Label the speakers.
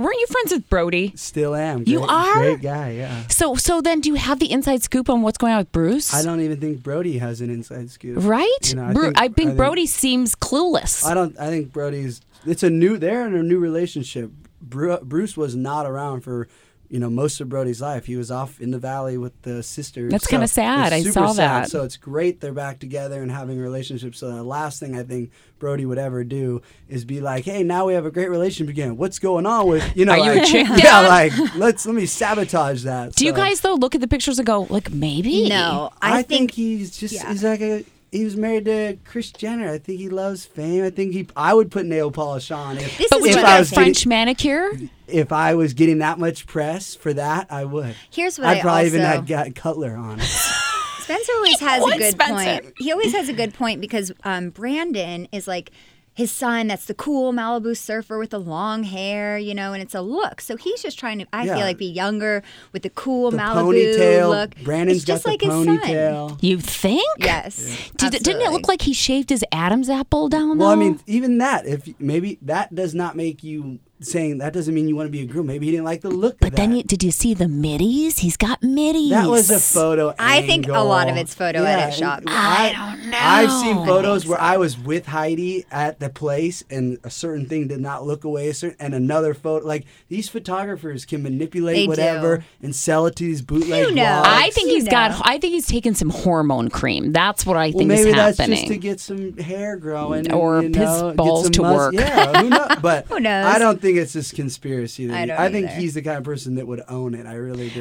Speaker 1: weren't you friends with Brody?
Speaker 2: Still am.
Speaker 1: You
Speaker 2: Great-
Speaker 1: are?
Speaker 2: great guy. Yeah.
Speaker 1: So so then do you have the inside scoop on what's going on with Bruce?
Speaker 2: I don't even think Brody has an inside scoop.
Speaker 1: right?
Speaker 2: You know,
Speaker 1: Bru- I, think, Brody seems clueless.
Speaker 2: I don't. I think Brody's. It's a new. They're in a new relationship. Bru- Bruce was not around for you know most of Brody's life. He was off in the valley with the sisters.
Speaker 1: That's kinda
Speaker 2: it's
Speaker 1: sad. I
Speaker 2: super
Speaker 1: saw
Speaker 2: sad.
Speaker 1: that.
Speaker 2: So it's great they're back together and having a relationship. So the last thing I think Brody would ever do is be like, "Hey, now we have a great relationship again. What's going on with you know?
Speaker 1: Are you a
Speaker 2: like,
Speaker 1: chick
Speaker 2: yeah,
Speaker 1: down?
Speaker 2: like let's let me sabotage that.
Speaker 1: do you
Speaker 2: So
Speaker 1: guys though look at the pictures and go like maybe?
Speaker 3: No,
Speaker 2: I,
Speaker 3: Oh, I,
Speaker 2: think, he's just
Speaker 3: yeah.
Speaker 2: he's like a. He was married to Chris Jenner. I think he loves fame. I think he. I would put nail polish on. If,
Speaker 3: This
Speaker 1: But
Speaker 3: is
Speaker 1: would
Speaker 2: if
Speaker 1: you
Speaker 3: what
Speaker 2: I
Speaker 1: get a
Speaker 2: was
Speaker 3: think.
Speaker 1: French manicure?
Speaker 2: if I was getting that much press for that, I would.
Speaker 3: Here's what
Speaker 2: I'd
Speaker 3: I
Speaker 2: probably even
Speaker 3: also-
Speaker 2: had got Cutler on.
Speaker 3: Spencer always has
Speaker 1: Oh,
Speaker 3: a good
Speaker 1: Spencer.
Speaker 3: point. He always has a good point because um, Brandon is like his son. That's the cool Malibu surfer with the long hair, you know, and it's a look. So he's just trying to, I
Speaker 2: Yeah.
Speaker 3: feel like, be younger with the cool
Speaker 2: The
Speaker 3: Malibu
Speaker 2: ponytail.
Speaker 3: look.
Speaker 2: Brandon's
Speaker 3: it's just
Speaker 2: got
Speaker 3: like
Speaker 2: the
Speaker 3: his son.
Speaker 2: ponytail.
Speaker 1: You think?
Speaker 3: Yes.
Speaker 1: Did, it- didn't it look
Speaker 3: absolutely.
Speaker 1: like he shaved his Adam's apple down?
Speaker 2: Well, I
Speaker 1: though?
Speaker 2: mean, even that. If maybe that does not make you saying that doesn't mean you want to be a groom. Maybe he didn't like the look.
Speaker 1: But
Speaker 2: of
Speaker 1: then
Speaker 2: that.
Speaker 1: you, did you see the middies? He's got middies.
Speaker 2: That was a photo.
Speaker 3: I think a lot of
Speaker 2: angle.
Speaker 3: it's photo edit shop.
Speaker 2: I,
Speaker 1: don't
Speaker 2: I've
Speaker 1: know.
Speaker 2: seen photos where I was with Heidi at the place, and a certain thing did not look away, a certain, and another photo. Like these photographers can manipulate
Speaker 3: They do.
Speaker 2: whatever and sell it to these bootleg.
Speaker 3: You know.
Speaker 2: blogs.
Speaker 1: I think
Speaker 3: You
Speaker 1: he's got.
Speaker 3: know.
Speaker 1: I think he's taken some hormone cream. That's what I
Speaker 2: Well,
Speaker 1: think
Speaker 2: maybe
Speaker 1: is
Speaker 2: that's
Speaker 1: happening.
Speaker 2: just to get some hair growing and,
Speaker 1: Or
Speaker 2: you
Speaker 1: his
Speaker 2: know, get
Speaker 1: balls
Speaker 2: some
Speaker 1: to
Speaker 2: mus-
Speaker 1: work.
Speaker 2: Yeah, who knows? But
Speaker 3: Who knows?
Speaker 2: I don't think it's this conspiracy. That
Speaker 3: I
Speaker 2: he-
Speaker 3: don't
Speaker 2: I think
Speaker 3: either.
Speaker 2: he's the kind of person that would own it. I really do.